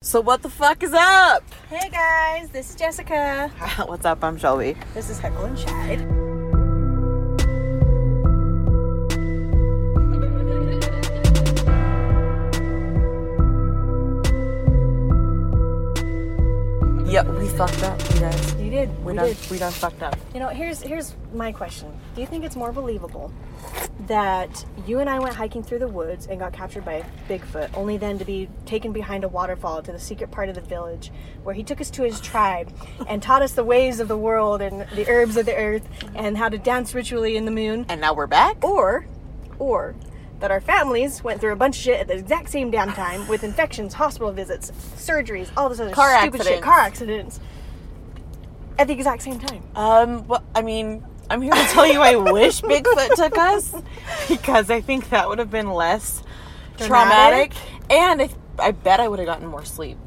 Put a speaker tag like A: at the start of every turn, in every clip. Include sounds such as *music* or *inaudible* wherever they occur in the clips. A: So what the fuck is up? *laughs*
B: Hey guys, this is Jessica.
A: What's up? I'm Shelby.
B: This is Heckle and Shade.
A: Yeah, we fucked up, you guys.
B: You did.
A: We
B: We
A: done
B: did.
A: we done fucked up.
B: You know, here's here's my question. Do you think it's more believable that you and I went hiking through the woods and got captured by Bigfoot, only then to be taken behind a waterfall to the secret part of the village, where he took us to his tribe and taught us the ways of the world and the herbs of the earth and how to dance ritually in the moon?
A: And now we're back.
B: Or, or that our families went through a bunch of shit at the exact same damn time with infections, hospital visits, surgeries, all this other
A: Car
B: stupid shit,
A: accidents.
B: car accidents at the exact same time.
A: Um, well, I mean, I'm
B: *laughs*
A: here to tell you I wish Bigfoot took us because I think that would have been less
B: Dramatic?
A: traumatic, and I, I bet I would have gotten more sleep.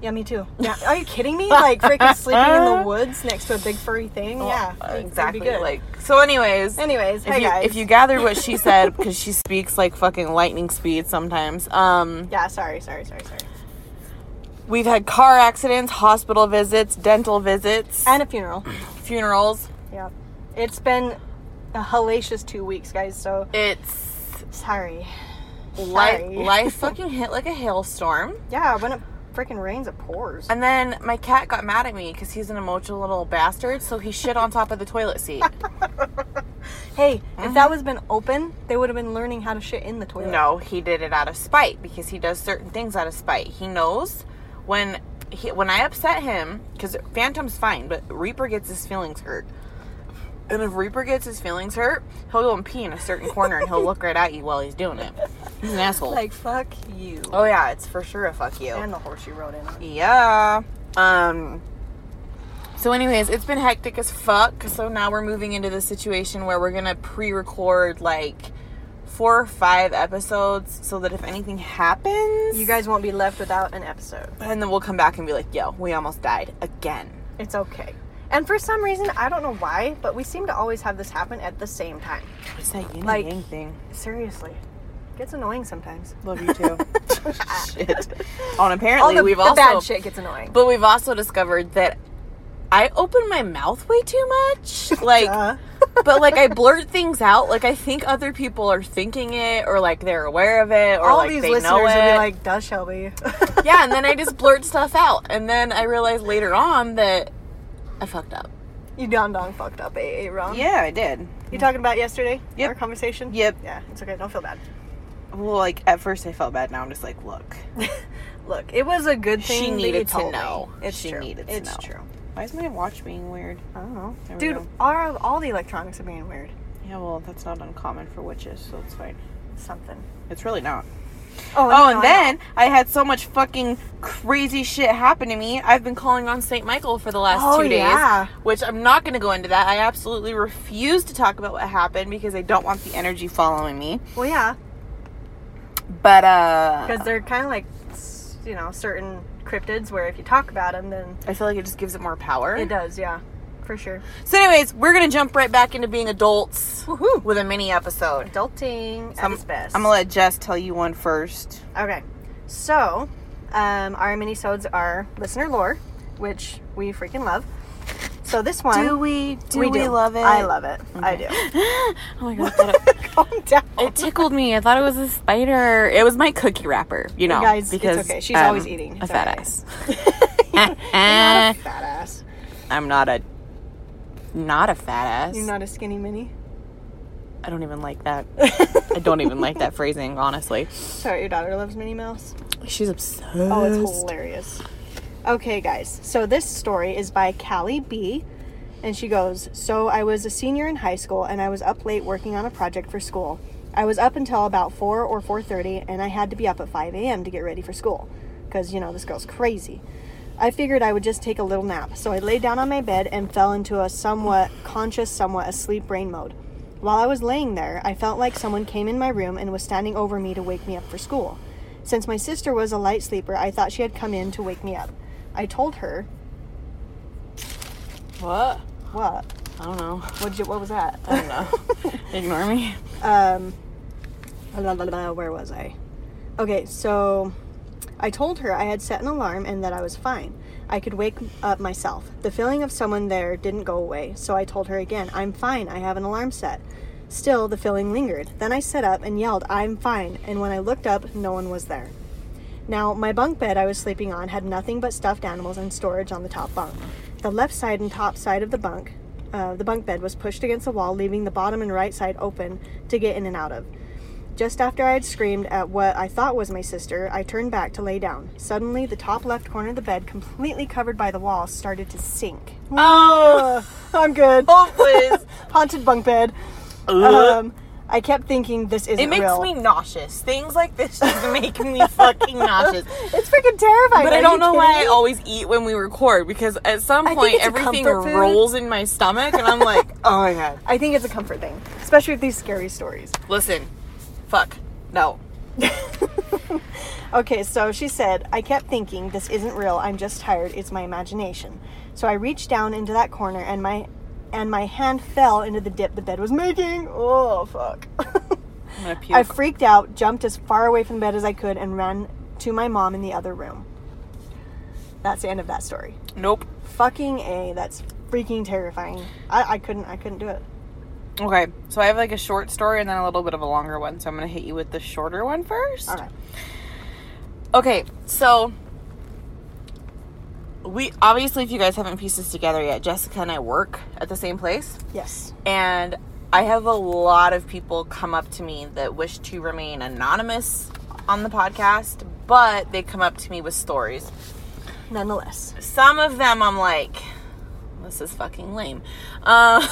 B: Yeah, me too. Yeah, are you kidding me? Like freaking sleeping in
A: *laughs*
B: the woods next to a big furry thing? yeah,
A: Uh,
B: it'd be
A: exactly.
B: good.
A: Like so. Anyways,
B: anyways,
A: if
B: hey
A: you
B: guys.
A: if you gathered what
B: *laughs*
A: she said because she speaks like fucking lightning speed sometimes. Um,
B: yeah, sorry, sorry, sorry, sorry.
A: We've had car accidents, hospital visits, dental visits,
B: And a funeral.
A: funerals.
B: *clears throat* yeah, it's been a hellacious two weeks, guys. So
A: It's
B: sorry.
A: life,
B: Sorry.
A: life fucking hit like a hailstorm.
B: Yeah, when it freaking rains, it pours.
A: And then my cat got mad at me because he's an emotional little bastard, so he shit on top of the toilet
B: *laughs*
A: seat.
B: Hey, if that was been open, they would have been learning how to shit in the toilet.
A: no, he did it out of spite because he does certain things out of spite. He knows when he, when I upset him because Phantom's fine, but Reaper gets his feelings hurt. And if Reaper gets his feelings hurt, he'll go and pee in a certain corner and he'll look right at you while he's doing it. He's an asshole.
B: *laughs* Like fuck you.
A: Oh yeah, it's for sure a fuck you.
B: And the horse you rode in on.
A: yeah. Um. So, anyways, it's been hectic as fuck. So now we're moving into the situation where we're gonna pre-record like four or five episodes, so that if anything happens,
B: You guys won't be left without an episode.
A: and then we'll come back and be like, "Yo, we almost died again."
B: It's okay. And for some reason, I don't know why, but we seem to always have this happen at the same time.
A: It's that yin
B: Like-
A: and yang thing.
B: Seriously. Gets annoying sometimes.
A: Love you *laughs* too. shit. On apparently
B: All the,
A: we've
B: the
A: also
B: bad shit gets annoying.
A: But we've also discovered that I open my mouth way too *laughs* much. Like,
B: Duh.
A: but like I blurt things out. Like I think other people are thinking it, or like they're aware of it, or
B: All
A: like
B: these
A: they
B: listeners
A: know
B: will
A: it.
B: be like, duh, Shelby. *laughs*
A: yeah, and then I just blurt stuff out, and then I realized later on that I fucked up.
B: you don don fucked up AA wrong.
A: Yeah, I did.
B: You talking about yesterday?
A: Yep.
B: Our conversation?
A: Yep.
B: Yeah, it's okay. Don't feel bad.
A: Well, like at first I felt bad. Now I'm just like, look,
B: Look, it was a good thing.
A: she
B: that you
A: needed to
B: told me.
A: know.
B: It's
A: she
B: true.
A: needed to
B: it's
A: know.
B: true.
A: Why is my watch being weird?
B: I don't know.
A: There we
B: Dude,
A: go.
B: all, all the electronics are being weird.
A: Yeah, well, that's not uncommon for witches, so it's fine.
B: Something.
A: It's really not.
B: Oh,
A: Oh, and then I had so much fucking crazy shit happen to me. I've been calling on St. Michael for the last
B: Oh,
A: two days,
B: yeah.
A: which I'm not going to go into that. I absolutely refuse to talk about what happened because I don't want the energy following me.
B: Well, yeah,
A: But uh
B: because they're kind of like, s- you know, certain cryptids where if you talk about them, then
A: I feel like it just gives it more power.
B: it does, yeah, for sure.
A: So, anyways, we're going to jump right back into being adults
B: Woohoo!
A: with a mini episode.
B: Adulting at
A: I'm,
B: its best.
A: I'm gonna let Jess tell you one first.
B: Okay, so um, our minisodes are listener lore, which we freaking love. So this one,
A: we? Do
B: we,
A: we,
B: do.
A: love it?
B: I love it. I do.
A: *laughs* oh my god! I thought it-
B: Calm down.
A: It tickled me. I thought it was a spider. It was my cookie wrapper, you know.
B: Guys, it's
A: because
B: okay. She's always eating.
A: A
B: It's
A: fat
B: alright.
A: ass.
B: You're not
A: Eh,
B: *laughs* a fat ass.
A: I'm not a not a fat ass.
B: You're not a skinny mini.
A: I don't even like
B: *laughs*
A: that. I don't even like that phrasing, honestly.
B: Sorry, your daughter loves Minnie Mouse.
A: She's obsessed.
B: Oh, it's hilarious. Okay, guys. So this story is by Callie B. And she goes, So I was a senior in high school and I was up late working on a project for school. I was up until about 4 or 4.30 and I had to be up at 5 a.m. to get ready for school. Because, you know, this girl's crazy. I figured I would just take a little nap. So I lay down on my bed and fell into a somewhat conscious, somewhat asleep brain mode. While I was laying there, I felt like someone came in my room and was standing over me to wake me up for school. Since my sister was a light sleeper, I thought she had come in to wake me up. I told her,
A: What?
B: "What?
A: I don't
B: *laughs*
A: know.
B: What? You, what was that?"
A: I don't know. *laughs* Ignore me.
B: Um, la, la, la, la, where was I? Okay, so I told her I had set an alarm and that I was fine. I could wake up myself. The feeling of someone there didn't go away, so I told her again, I'm fine, I have an alarm set. Still, the feeling lingered. Then I sat up and yelled, I'm fine, and when I looked up, no one was there. Now, my bunk bed I was sleeping on had nothing but stuffed animals and storage on the top bunk. The left side and top side of the bunk, uh, the bunk bed was pushed against the wall, leaving the bottom and right side open to get in and out of. Just after I had screamed at what I thought was my sister, I turned back to lay down. Suddenly, the top left corner of the bed, completely covered by the wall, started to sink. *laughs*
A: Oh.
B: I'm good.
A: Oh,
B: *laughs*
A: please.
B: Haunted bunk bed. Um, I kept thinking this isn't
A: it makes
B: real.
A: me nauseous. Things like this just make me fucking nauseous.
B: It's freaking terrifying.
A: But
B: Are
A: I don't
B: you
A: know
B: kidding
A: why I
B: me?
A: always eat when we record because at some
B: think
A: point
B: it's a
A: everything
B: comfort food.
A: rolls in my stomach and I'm
B: *laughs*
A: like, oh my god.
B: I think it's a comfort thing, especially with these scary stories.
A: Listen, fuck. No.
B: Okay, so she said, I kept thinking this isn't real. I'm just tired. It's my imagination. So I reached down into that corner and my and my hand fell into the dip the bed was making. Oh fuck. *laughs*
A: I'm gonna puke.
B: I freaked out, jumped as far away from the bed as I could and ran to my mom in the other room. That's the end of that story.
A: nope.
B: Fucking A, that's freaking terrifying. I, I couldn't I couldn't do it.
A: Okay, so I have like a short story and then a little bit of a longer one. So I'm gonna hit you with the shorter one first.
B: Alright.
A: Okay, so we obviously, if you guys haven't pieced this together yet, Jessica and I work at the same place,
B: Yes.
A: and I have a lot of people come up to me that wish to remain anonymous on the podcast, but they come up to me with stories.
B: Nonetheless.
A: Some of them I'm like, this is fucking lame. Uh,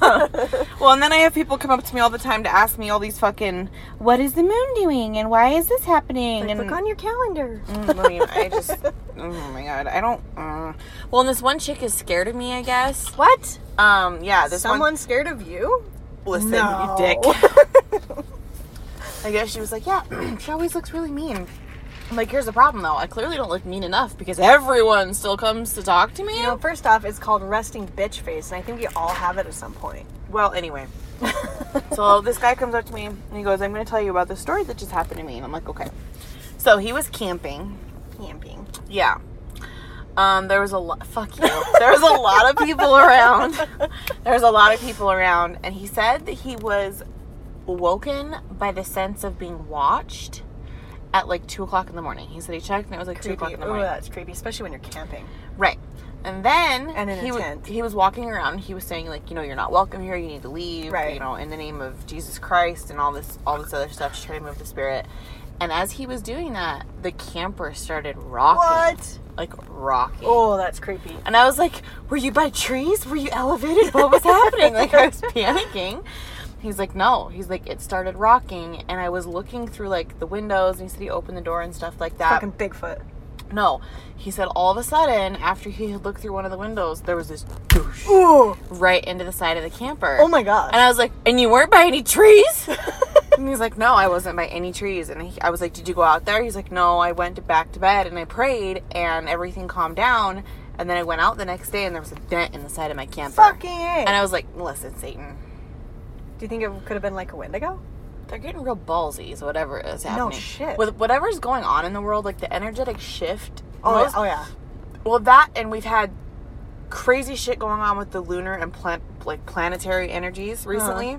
A: *laughs* well, and then I have people come up to me all the time to ask me all these fucking, what is the moon doing and why is this happening?
B: Like,
A: and
B: look on your calendar.
A: Mm, *laughs* I mean, I just. Oh my god, I don't. Uh. Well, and this one chick is scared of me, I guess.
B: What?
A: Um, yeah, this
B: Someone scared of you?
A: one. Listen,
B: No.
A: you dick.
B: *laughs*
A: *laughs* I guess she was like, yeah, *clears throat* she always looks really mean. I'm like, here's the problem though. I clearly don't look mean enough because everyone still comes to talk to me.
B: You know, first off, it's called resting bitch face, and I think we all have it at some point.
A: Well, *laughs* anyway. so this guy comes up to me and he goes, I'm going to tell you about the story that just happened to me. And I'm like, okay. So he was camping
B: Camping.
A: Yeah. Um, there was a lot. Fuck you. There was a lot of people
B: *laughs*
A: around. There was a lot of people around, and he said that he was woken by the sense of being watched at like two o'clock in the morning. He said he checked, and it was like two o'clock
B: Creepy.
A: in the
B: Ooh,
A: morning.
B: that's creepy, especially when you're camping.
A: Right. And then
B: And in a
A: he, wa-
B: tent.
A: he was walking around. He was saying like, you know, you're not welcome here. You need to leave.
B: Right.
A: You know, in the name of Jesus Christ and all this, all this other stuff to try to move the spirit. And as he was doing that, the camper started rocking. Like rocking.
B: Oh, that's creepy.
A: And I was like, Were you by trees? Were you elevated? What was
B: *laughs*
A: happening? Like, I was panicking. He's like, No. He's like, It started rocking. And I was looking through like the windows. And he said he opened the door and stuff like that.
B: Fucking Bigfoot.
A: No. He said, All of a sudden, after he had looked through one of the windows, there was this douche
B: Ooh.
A: right into the side of the camper.
B: Oh my god.
A: And I was like, And you weren't by any
B: *laughs*
A: trees? and he's like, No, I wasn't by any trees. And he, I was like, Did you go out there? He's like, No, I went back to bed and I prayed and everything calmed down. And then I went out the next day and there was a dent in the side of my camper.
B: Fucking
A: And
B: A.
A: I was like, Listen, Satan,
B: Do you think it could have been like a Wendigo?
A: they're getting real ballsy, so whatever is happening.
B: shit.
A: With whatever's going on in the world, like the energetic shift.
B: Oh,
A: most-
B: yeah. oh yeah.
A: Well, that and we've had crazy shit going on with the lunar and plant like planetary energies
B: Uh-huh.
A: recently,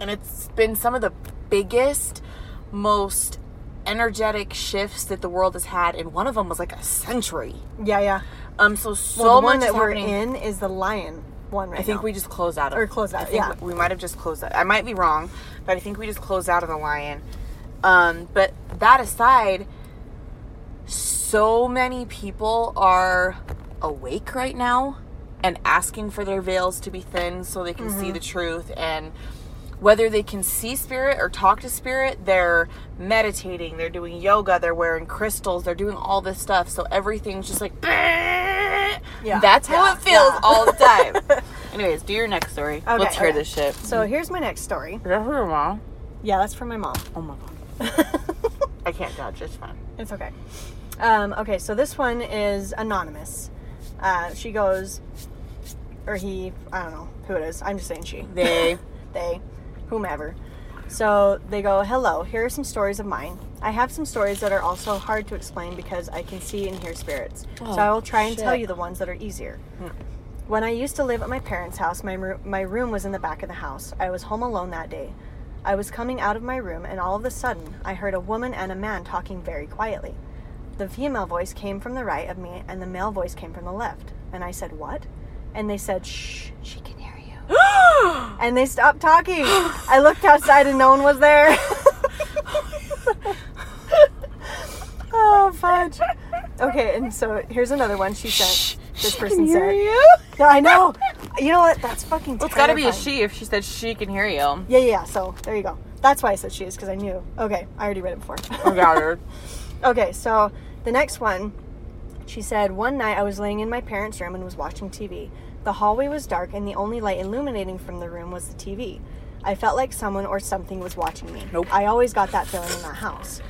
A: and it's been some of the biggest, most energetic shifts that the world has had, and one of them was like a century.
B: Yeah, yeah.
A: Um, so so
B: Well, the
A: much
B: one that
A: is
B: we're
A: happening.
B: in is the lion one right
A: I think
B: now.
A: we just closed out of
B: Or closed out,
A: I think
B: yeah.
A: we, we might have just closed out. I might be wrong, but I think we just closed out of the lion. Um, but that aside, so many people are awake right now and asking for their veils to be thin so they can
B: Mm-hmm.
A: see the truth and whether they can see spirit or talk to spirit, they're meditating, they're doing yoga, they're wearing crystals, they're doing all this stuff. So everything's just like, yeah, that's how
B: yeah,
A: it feels
B: yeah.
A: all the *laughs* time. Anyways, do your next story.
B: Okay,
A: Let's hear
B: okay.
A: this shit.
B: So here's my next story.
A: Is that her mom?
B: Yeah, that's from my mom.
A: Oh my *laughs* god. I can't dodge. It's fine.
B: It's okay. Um, okay, so this one is anonymous. Uh, she goes, or he, I don't know who it is. I'm just saying she,
A: *laughs* They.
B: they, whomever. So they go, Hello, here are some stories of mine. I have some stories that are also hard to explain because I can see and hear spirits.
A: Oh,
B: so I will try and tell
A: shit.
B: you the ones that are easier. When I used to live at my parents' house, my, roo- my room was in the back of the house. I was home alone that day. I was coming out of my room, and all of a sudden, I heard a woman and a man talking very quietly. The female voice came from the right of me, and the male voice came from the left. And I said, What? And they said, Shh, she can hear you and they stopped talking. I looked outside and no one was there. *laughs* oh fudge. Okay, and so here's another one she sent. This person said. No, I know. You know what? That's fucking.
A: Well, it's got to be a
B: terrifying.
A: she if she said she can hear *laughs* you.
B: Yeah, yeah, yeah. So there you go. That's why I said she is because I knew. Okay, I already read it before.
A: *laughs* her.
B: Okay, so the next one, she said, One night I was laying in my parents' room and was watching TV. The hallway was dark, and the only light illuminating from the room was the TV. I felt like someone or something was watching me.
A: Nope.
B: I always got that feeling in that house.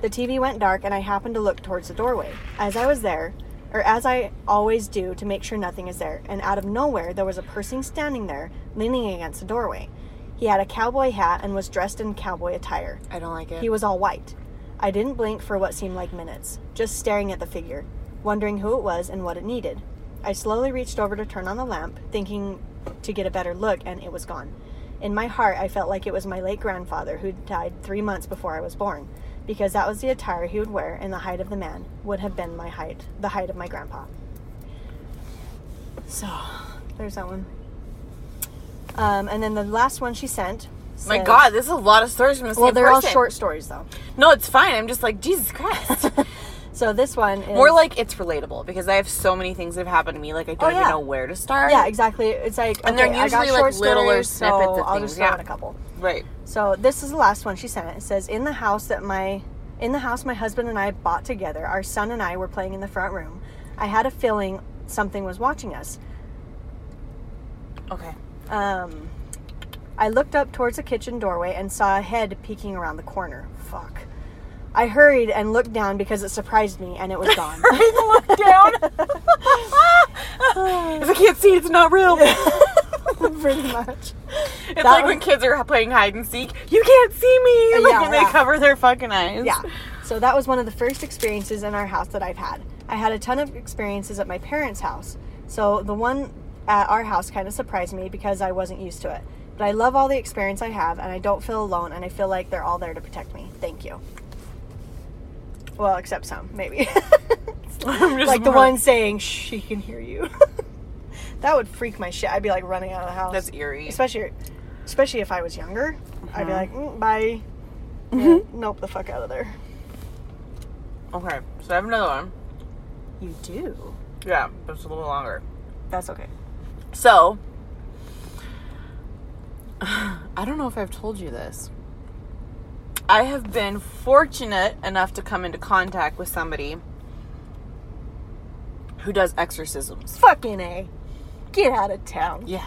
B: The TV went dark, and I happened to look towards the doorway. As I was there, or as I always do to make sure nothing is there, and out of nowhere there was a person standing there, leaning against the doorway. He had a cowboy hat and was dressed in cowboy attire.
A: I don't like it.
B: He was all white. I didn't blink for what seemed like minutes, just staring at the figure, wondering who it was and what it needed. I slowly reached over to turn on the lamp, thinking to get a better look, and it was gone. In my heart, I felt like it was my late grandfather who died three months before I was born, because that was the attire he would wear, and the height of the man would have been my height, the height of my grandpa. So, there's that one. Um, and then the last one she sent.
A: My
B: says-
A: God, this is a lot of stories from the same
B: Well, they're all
A: person.
B: short stories, though.
A: No, it's fine. I'm just like Jesus *laughs* Christ.
B: So this one is
A: More like it's relatable because I have so many things that have happened to me. Like I don't
B: Oh,
A: even
B: yeah.
A: know where to start.
B: yeah, exactly. It's like
A: And they're
B: okay, I got
A: usually, like,
B: short
A: littler
B: stories,
A: snippets
B: so
A: of
B: I'll
A: things,
B: just throw
A: yeah.
B: in a couple.
A: Right.
B: So this is the last one she sent. It says in the house that my in the house my husband and I bought together. Our son and I were playing in the front room. I had a feeling something was watching us.
A: Okay.
B: Um, I looked up towards the kitchen doorway and saw a head peeking around the corner. Fuck. I hurried and looked down because it surprised me and it
A: *laughs*
B: was gone. *laughs*
A: look *laughs* *laughs* down. I can't see. It's not *laughs* real.
B: Pretty much.
A: It's
B: That
A: like
B: was-
A: when kids are playing hide and seek. You can't see me. Like,
B: Yeah,
A: and they
B: yeah.
A: cover their fucking eyes.
B: Yeah. So that was one of the first experiences in our house that I've had. I had a ton of experiences at my parents' house. So the one at our house kind of surprised me because I wasn't used to it. But I love all the experience I have and I don't feel alone and I feel like they're all there to protect me. Thank you. Well, except some, maybe.
A: *laughs*
B: *laughs*
A: I'm just
B: like the
A: more-
B: one saying, she can hear you. *laughs* that would freak my shit. I'd be like running out of the house
A: That's eerie.
B: especially especially if I was younger, I'd be
A: Uh-huh.
B: like, mm, bye,
A: Mm-hmm.
B: Yeah, nope, the fuck out of there.
A: Okay. So I have another one.
B: You do.
A: Yeah, but it's a little longer.
B: That's okay.
A: So, *sighs* I don't know if I've told you this. I have been fortunate enough to come into contact with somebody who does exorcisms.
B: Fucking a, get out of town.
A: Yeah.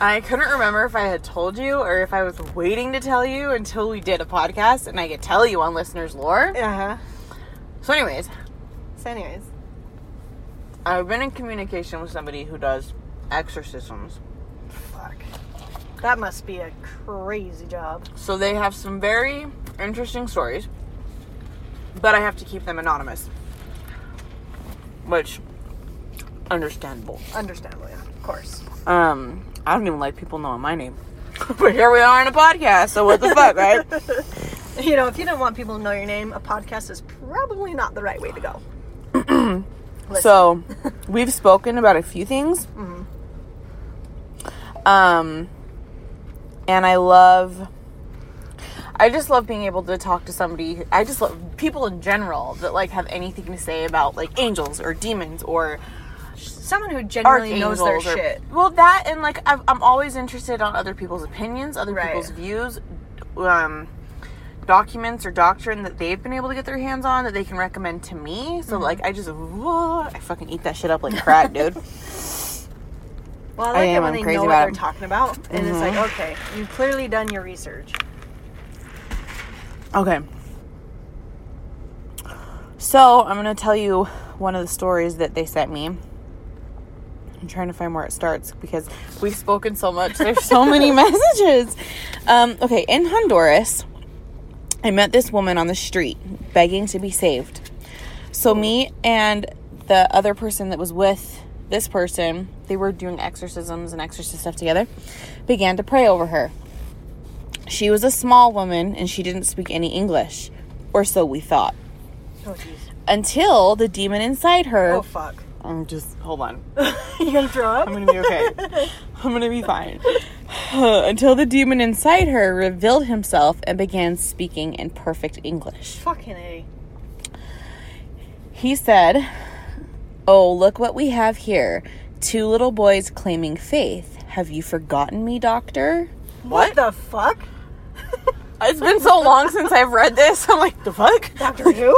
A: I couldn't remember if I had told you or if I was waiting to tell you until we did a podcast and I could tell you on listeners' lore.
B: *laughs* Uh huh.
A: So, anyways,
B: So, anyways,
A: I've been in communication with somebody who does exorcisms.
B: fuck. That must be a crazy job.
A: So they have some very interesting stories, but I have to keep them anonymous, which understandable.
B: Understandably, of course.
A: Um, I don't even like people knowing my name, *laughs* but here we are in a podcast. So what the fuck, right?
B: You know, if you don't want people to know your name, a podcast is probably not the right way to go. Listen.
A: So we've spoken about a few things. Um, and I love. I just love being able to talk to somebody. I just love people in general that like have anything to say about like angels or demons or
B: someone who genuinely
A: archangels
B: knows their
A: or,
B: shit.
A: Well, that and like I've, I'm always interested on other people's opinions, other
B: Right.
A: people's views, um, documents or doctrine that they've been able to get their hands on that they can recommend to me.
B: Mm-hmm.
A: So like I just whoa, I fucking eat that shit up like crack, dude.
B: *laughs* Well, I
A: I
B: like
A: am,
B: it when
A: I'm
B: they
A: crazy
B: know what
A: about
B: they're
A: it.
B: talking about, and it's like, okay, you've clearly done your research.
A: Okay. So I'm gonna tell you one of the stories that they sent me. I'm trying to find where it starts because we've spoken so much. There's so many messages. Um, okay, in Honduras, I met this woman on the street begging to be saved. So me and the other person that was with this person, they were doing exorcisms and exorcist stuff together, began to pray over her. She was a small woman and she didn't speak any English, or so we thought.
B: Oh, jeez.
A: Until the demon inside her
B: Oh, fuck.
A: I'm just hold on.
B: *laughs* you gonna throw up?
A: I'm gonna be okay. *laughs* I'm gonna be fine. *sighs* Until the demon inside her revealed himself and began speaking in perfect English.
B: Fucking A.
A: He said, Oh, look what we have here. Two little boys claiming faith. Have you forgotten me, doctor?
B: What, the fuck?
A: It's been so long since I've read this. I'm like, the fuck?
B: Doctor Who?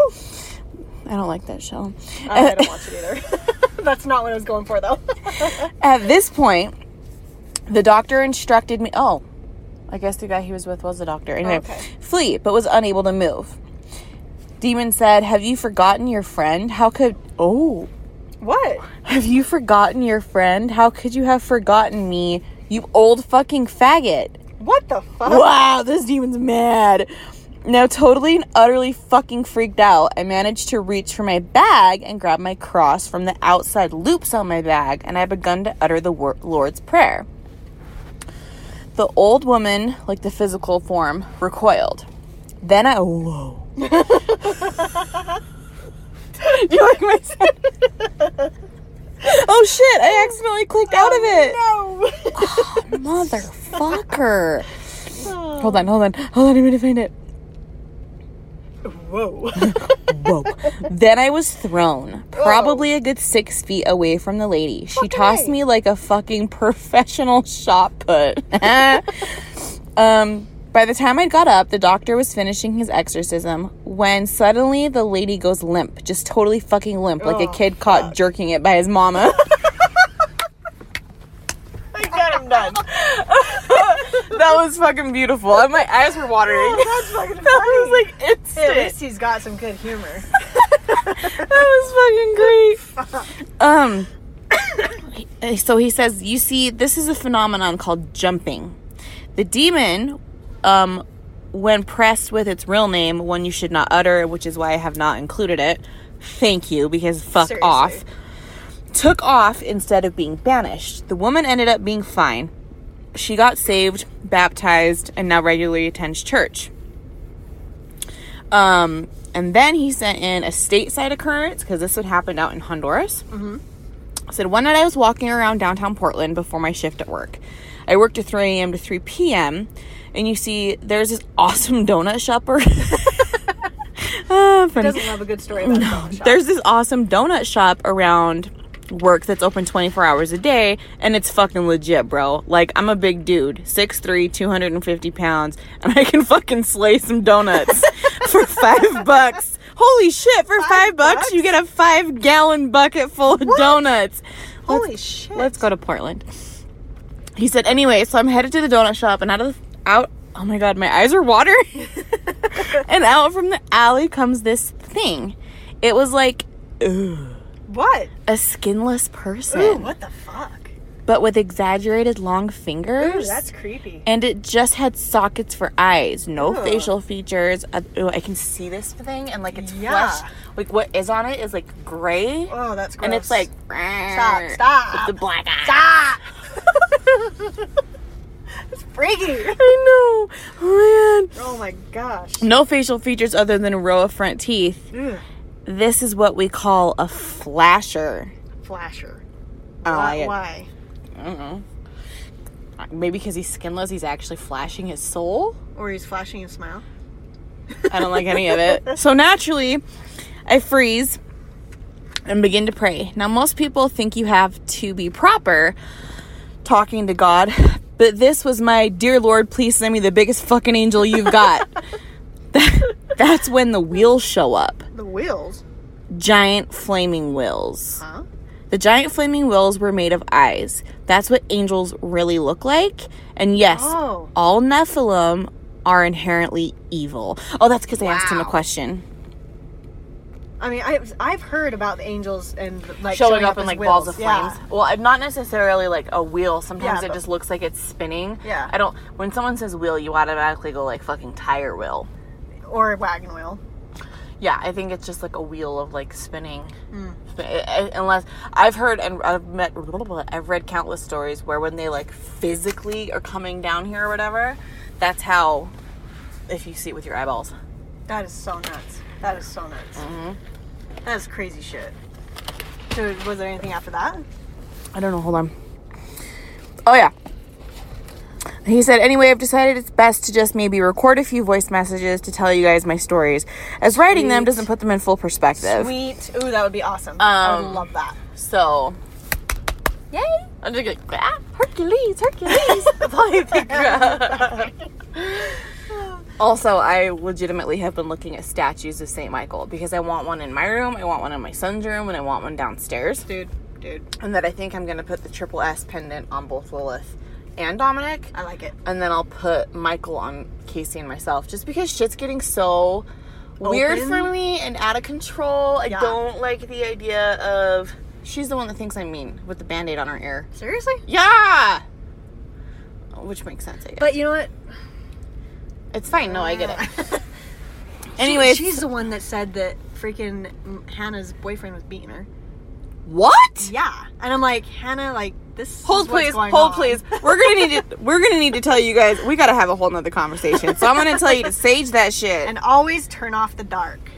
A: I don't like that show. *laughs*
B: I don't watch it either. *laughs* That's not what I was going for, though. *laughs*
A: At this point, the doctor instructed me. Oh, I guess the guy he was with was the doctor. Anyway,
B: Okay.
A: flee, but was unable to move. Demon said, "Have you forgotten your friend? How could oh,
B: what?
A: have you forgotten your friend? How could you have forgotten me, you old fucking faggot?"
B: What the fuck?
A: *laughs* Wow, this demon's mad. Now, totally and utterly fucking freaked out, I managed to reach for my bag and grab my cross from the outside loops on my bag, and I begun to utter the wor- Lord's Prayer. The old woman, like the physical form, recoiled. Then I. Whoa. Do you like my sound? *laughs* oh shit, I accidentally clicked out of it.
B: No. *laughs*
A: Motherfucker. Hold on, hold on, hold on. I'm gonna find it.
B: Whoa. *laughs*
A: Whoa. then I was thrown, probably a good six feet away from the lady. She tossed
B: A.
A: me like a fucking *laughs* professional shot put. *laughs* um, by the time I got up, the doctor was finishing his exorcism when suddenly the lady goes limp, just totally fucking limp, like
B: Oh,
A: a kid caught jerking it by his
B: *laughs*
A: mama. *laughs*
B: I got
A: *laughs*
B: him done.
A: that was fucking beautiful. And my eyes were watering. *laughs*
B: *laughs* that's fucking
A: that was like
B: *laughs*
A: *laughs*
B: Hey,
A: instant.
B: at least he's got some good humor.
A: that was fucking great. Um, *coughs* he- so he says, you see, this is a phenomenon called jumping. The demon, um, when pressed with its real name, one you should not utter, which is why I have not included it. Thank you, because fuck
B: Seriously.
A: off. Took off instead of being banished. The woman ended up being fine. She got saved, baptized, and now regularly attends church. Um, and then he sent in a stateside occurrence because this would happen out in Honduras. Mm-hmm. Said one night I was walking around downtown Portland before my shift at work. I worked at 3 a.m. to 3 p.m. And you see, there's this awesome donut shopper. Ah, funny.
B: Doesn't love a good story about no,
A: *laughs* There's this awesome donut shop around work that's open 24 hours a day and it's fucking legit, bro. Like, I'm a big dude, 6'3, 250 pounds, and I can fucking slay some donuts for five bucks. Holy shit, for five, bucks,
B: bucks?
A: you get a five gallon bucket full of donuts.
B: Holy shit.
A: Let's go to Portland. He said, anyway, so I'm headed to the donut shop and out of the, out, oh my god, my eyes are watering.
B: *laughs*
A: and out from the alley comes this thing. It was like
B: What?
A: a skinless person,
B: Ooh, what the fuck?
A: but with exaggerated long fingers.
B: Ooh, that's creepy.
A: and it just had sockets for eyes, no facial features. I, ooh, I can see this thing, and like it's
B: Yeah.
A: flesh. Like what is on it is like gray,
B: Oh, that's gross.
A: and it's like er,
B: Stop, stop.
A: It's a black eye. *laughs*
B: Stop! it's freaky.
A: I know. Oh man.
B: Oh my gosh.
A: No facial features other than a row of front teeth.
B: Ugh.
A: This is what we call a flasher. Oh,
B: Flasher.
A: I don't
B: Why-
A: like it.
B: Why?
A: Maybe because he's skinless, he's actually flashing his soul.
B: Or he's flashing a smile.
A: I don't like any of
B: *laughs*
A: it. So naturally, I freeze and begin to pray. Now, most people think you have to be proper talking to God, but this was my dear Lord, please send me the biggest fucking angel you've
B: *laughs*
A: got. That- that's when the wheels show up
B: The wheels.
A: giant flaming wheels.
B: Huh?
A: The giant flaming wheels were made of eyes. That's what angels really look like. And yes,
B: Oh.
A: all Nephilim are inherently evil. Oh, that's because I asked him a
B: Wow.
A: question.
B: I mean, I've, I've heard about the angels and like
A: showing, up, in
B: as
A: like
B: wheels.
A: balls of
B: Yeah.
A: flames. Well, I'm not necessarily like a wheel. Sometimes
B: Yeah,
A: it
B: but-
A: just looks like it's spinning.
B: Yeah.
A: I don't. When someone says wheel, you automatically go like fucking tire wheel.
B: or wagon wheel.
A: Yeah, I think it's just like a wheel of like spinning. Sp- I- I- Unless I've heard and I've met, I've read countless stories where when they like physically are coming down here or whatever, that's how, if you see it with your eyeballs.
B: That is so nuts. That is so nuts.
A: Mm-hmm.
B: That is crazy shit. So, was there anything after that?
A: I don't know. Hold on. Oh yeah. He said, anyway, I've decided it's best to just maybe record a few voice messages to tell you guys my stories, as writing them
B: Sweet.
A: doesn't put them in full perspective.
B: Sweet. Ooh, that would be awesome. I would
A: Um,
B: love that.
A: So, yay! I'm just like, ah, Hercules, Hercules. *laughs* That's all I think about. also, I legitimately have been looking at statues of St. Michael because I want one in my room, I want one in my son's room, and I want one downstairs.
B: Dude, dude,
A: And that I think I'm gonna put the triple S pendant on both Lilith and Dominic.
B: I like it.
A: And then I'll put Michael on Casey and myself just because shit's getting so weird
B: Open.
A: for me and out of control. I
B: Yeah.
A: don't like the idea of. She's the one that thinks I'm mean with the band aid on her ear.
B: Seriously?
A: Yeah! Which makes sense, I guess.
B: But you know what?
A: it's fine. No, I get
B: *laughs*
A: it.
B: it.
A: Anyways.
B: she's the one that said that freaking mm, Hannah's boyfriend was beating her.
A: What?
B: Yeah, and I'm like Hannah, like this.
A: Hold
B: is what's
A: please,
B: going
A: hold
B: on.
A: please. We're gonna need to we're gonna need to tell you guys we gotta have a whole nother conversation. So I'm gonna tell you to sage that shit.
B: and always turn off the dark.